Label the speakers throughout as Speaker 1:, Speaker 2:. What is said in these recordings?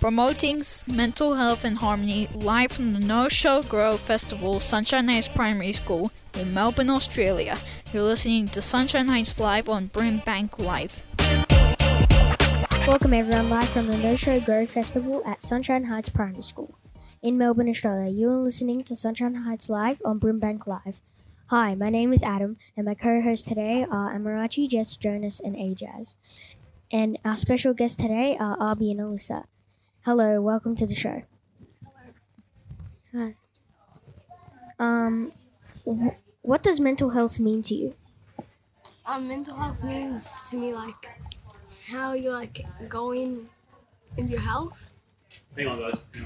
Speaker 1: promoting mental health and harmony live from the No Show Grow Festival, Sunshine Heights Primary School in Melbourne, Australia. You're listening to Sunshine Heights Live on Brimbank Live.
Speaker 2: Welcome everyone live from the No Show Grow Festival at Sunshine Heights Primary School in Melbourne, Australia. You are listening to Sunshine Heights Live on Brimbank Live. Hi, my name is Adam, and my co-hosts today are Amarachi, Jess, Jonas, and Ajaz. And our special guests today are Arby and Alyssa. Hello, welcome to the show. Hello. Hi. Um, wh- what does mental health mean to you?
Speaker 3: um, mental health means to me like how you're like going in your health.
Speaker 4: Hang on, guys. Hang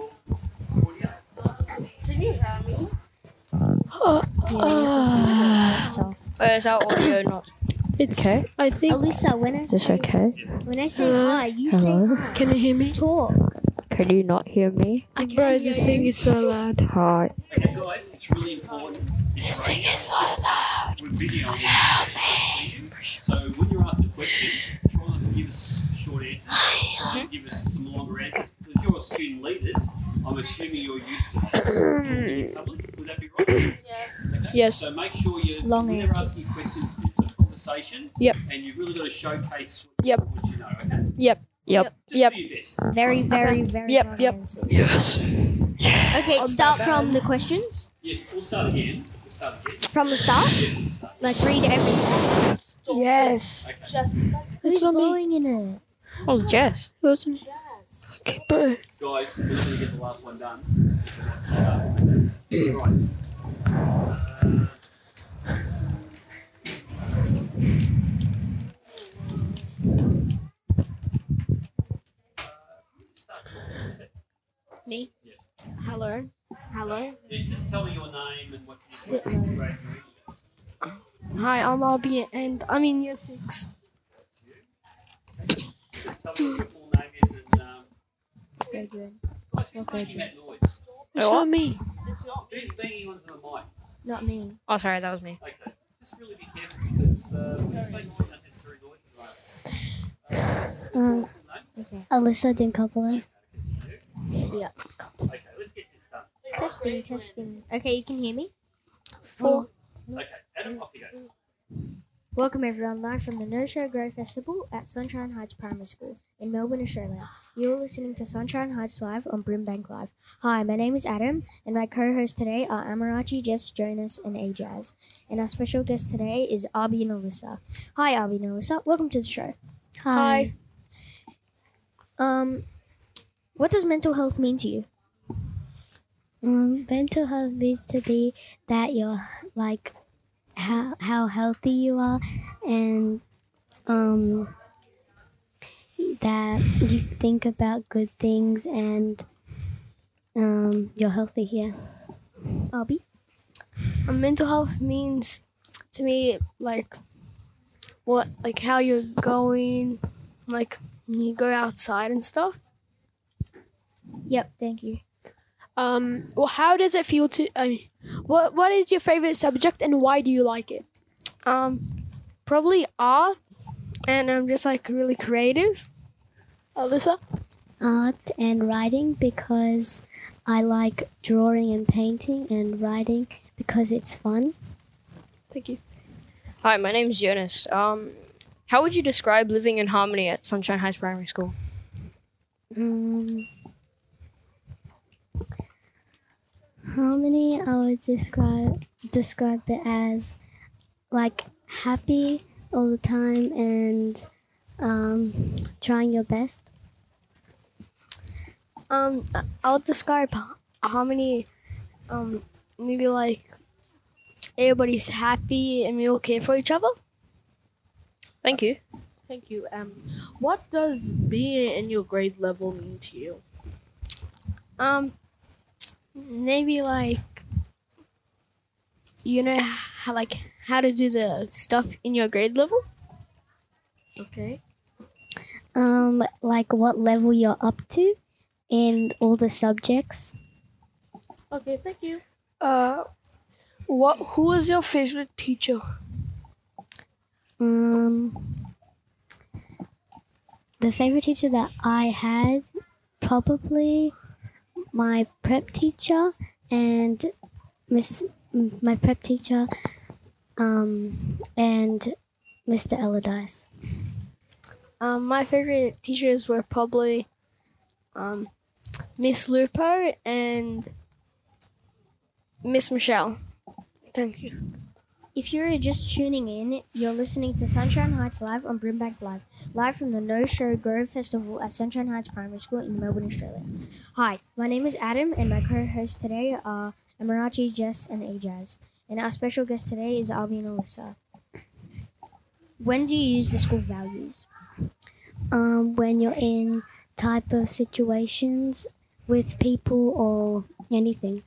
Speaker 4: on. Your
Speaker 2: Soft.
Speaker 5: Where's our audio not?
Speaker 6: It's.
Speaker 7: Uh, Okay.
Speaker 6: I think.
Speaker 2: Alyssa, when I
Speaker 7: This okay?
Speaker 2: when I say
Speaker 6: Hello?
Speaker 2: hi, you
Speaker 7: Hello?
Speaker 2: say hi.
Speaker 6: Can you hear me?
Speaker 2: Talk.
Speaker 7: Could you not hear me?
Speaker 6: Bro, this thing is so loud.
Speaker 7: Hi.
Speaker 4: Hey guys, it's really important. This thing is so loud. With video, on me. So when you're asked a question, try not to give us short answers. Try and give us some longer answers. Because you're student leaders, I'm assuming you're used to talking in public. Would that be right? Yes. Okay.
Speaker 6: Yes.
Speaker 4: So make sure you
Speaker 2: Long
Speaker 4: when they're
Speaker 2: answers.
Speaker 4: asking questions, it's a conversation.
Speaker 6: Yep.
Speaker 4: And you've really got to showcase what,
Speaker 6: Yep.
Speaker 4: what you know. Okay.
Speaker 7: Yep.
Speaker 4: Just
Speaker 6: Yep.
Speaker 4: do your best.
Speaker 2: Very, very, very.
Speaker 6: Yep,
Speaker 2: long
Speaker 6: yep.
Speaker 2: answers.
Speaker 7: Yes.
Speaker 2: Okay, start from the questions.
Speaker 4: Yes. We'll start again. We'll start again.
Speaker 2: From the start,
Speaker 4: Yeah, we'll start.
Speaker 2: like read everything.
Speaker 6: Yes.
Speaker 4: Okay.
Speaker 2: Who's
Speaker 6: It's not me.
Speaker 2: blowing in it?
Speaker 7: Oh, Jess.
Speaker 6: It wasn't. Okay, bro.
Speaker 4: Guys, we're going to get the last one done. Right. Uh, Start.
Speaker 3: Me.
Speaker 4: Yeah.
Speaker 3: Hello. Hello.
Speaker 4: Yeah, just tell me your name and what you what grade you're in.
Speaker 3: Hi, I'm Albie, and I'm in year six.
Speaker 4: Just tell me what your full name is and um,
Speaker 2: Very good.
Speaker 4: guys, who's making that noise?
Speaker 6: It's not me.
Speaker 4: Who's banging onto the mic?
Speaker 2: Not me.
Speaker 5: Oh, sorry, that was me.
Speaker 4: Okay. Just really be careful because uh, we're just making all the unnecessary noises right now. Uh, what's your
Speaker 7: Um,
Speaker 4: full name?
Speaker 2: Alyssa Dinkopoulos.
Speaker 4: Yeah. Okay, let's get this done.
Speaker 2: Testing, testing. Okay, you can hear me.
Speaker 6: Four.
Speaker 4: Okay, Adam, off you go.
Speaker 2: Welcome everyone live from the No Show Grow Festival at Sunshine Heights Primary School in Melbourne, Australia. You're listening to Sunshine Heights Live on Brimbank Live. Hi, my name is Adam, and my co-hosts today are Amarachi, Jess, Jonas, and Ajaz. And our special guest today is Arby and Alyssa. Hi, Arby and Alyssa. Welcome to the show.
Speaker 3: Hi.
Speaker 2: Um, what does mental health mean to you?
Speaker 8: Um, mental health needs to be that you're like how how healthy you are, and um that you think about good things and um you're healthy here.
Speaker 2: Arby?
Speaker 3: Um, mental health means to me like what like how you're going, like you go outside and stuff.
Speaker 2: Yep, thank you.
Speaker 6: Um. Well, how does it feel to? I mean, what What is your favorite subject and why do you like it?
Speaker 3: Um, probably art, and I'm just like really creative.
Speaker 6: Alyssa.
Speaker 8: Art and writing because I like drawing and painting and writing because it's fun.
Speaker 6: Thank you.
Speaker 5: Hi, my name's Jonas. Um, how would you describe living in harmony at Sunshine Heights Primary School?
Speaker 8: Um, harmony, I would describe describe it as like happy all the time and um, trying your best.
Speaker 3: Um, I- I'll describe h- harmony. Um, maybe like everybody's happy and we all care for each other.
Speaker 5: Thank you.
Speaker 9: Thank you. Um, what does being in your grade level mean to you?
Speaker 3: Um, maybe like you know how like how to do the stuff in your grade level.
Speaker 9: Okay.
Speaker 8: Um, like what level you're up to in all the subjects.
Speaker 9: Okay, thank you.
Speaker 6: Uh, what? Who was your favorite teacher?
Speaker 8: Um, the favorite teacher that I had, probably my prep teacher and Miss m- my prep teacher, um, and Mr. Allardyce.
Speaker 3: Um, my favorite teachers were probably um, Miss Lupo and Miss Michelle. Thank you.
Speaker 2: If you're just tuning in, you're listening to Sunshine Heights Live on Brimback Live, live from the No Show Grove Festival at Sunshine Heights Primary School in Melbourne, Australia. Hi, my name is Adam, and my co-hosts today are Amarachi, Jess, and Ajaz. And our special guest today is Albi and Alyssa. When do you use the school values?
Speaker 8: Um, when you're in type of situations with people or anything.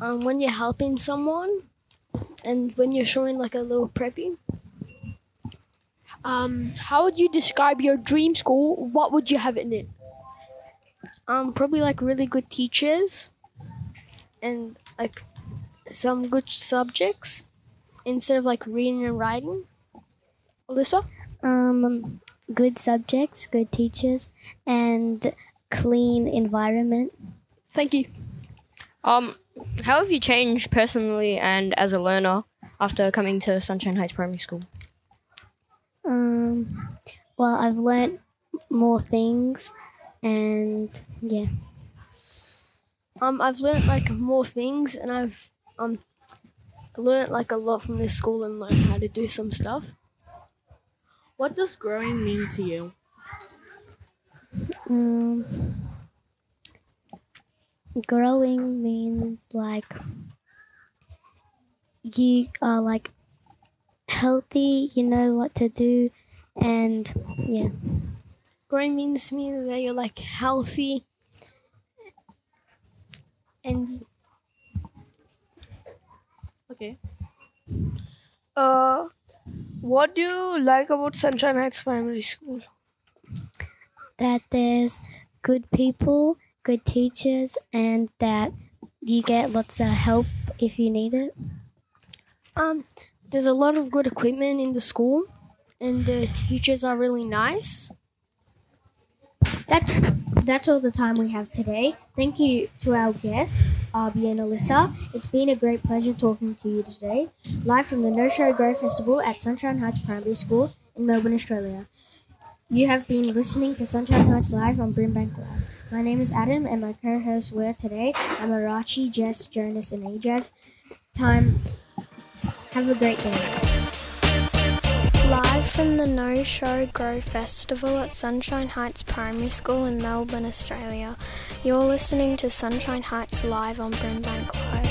Speaker 3: Um, when you're helping someone and when you're showing like a little preppy.
Speaker 6: Um, how would you describe your dream school? What would you have in it?
Speaker 3: um probably like really good teachers and like some good subjects instead of like reading and writing
Speaker 6: Alyssa?
Speaker 8: Um, good subjects, good teachers, and clean environment.
Speaker 6: Thank you.
Speaker 5: Um, how have you changed personally and as a learner after coming to Sunshine Heights Primary School?
Speaker 8: Um, well, I've learnt more things, and yeah.
Speaker 3: um i've learnt like more things and i've um learnt like a lot from this school and learned how to do some stuff
Speaker 9: What does growing mean to you?
Speaker 8: Um, growing means like you are like healthy. You know what to do, and yeah.
Speaker 3: growing means to me that you're like healthy and
Speaker 9: Okay.
Speaker 10: Uh, what do you like about Sunshine Heights Primary School?
Speaker 8: that there's good people, good teachers, and that you get lots of help if you need it.
Speaker 3: um there's a lot of good equipment in the school and the teachers are really nice
Speaker 2: That's that's all the time we have today. Thank you to our guests, Arby and Alyssa. It's been a great pleasure talking to you today, live from the No Show Grow Festival at Sunshine Heights Primary School in Melbourne, Australia. You have been listening to Sunshine Heights Live on Brimbank Live. My name is Adam, and my co-hosts were today Amarachi, Jess, Jonas, and Ajaz. Time. Have a great day.
Speaker 11: Live from the No Show Grow Festival at Sunshine Heights Primary School in Melbourne, Australia, you're listening to Sunshine Heights Live on Brimbank Live.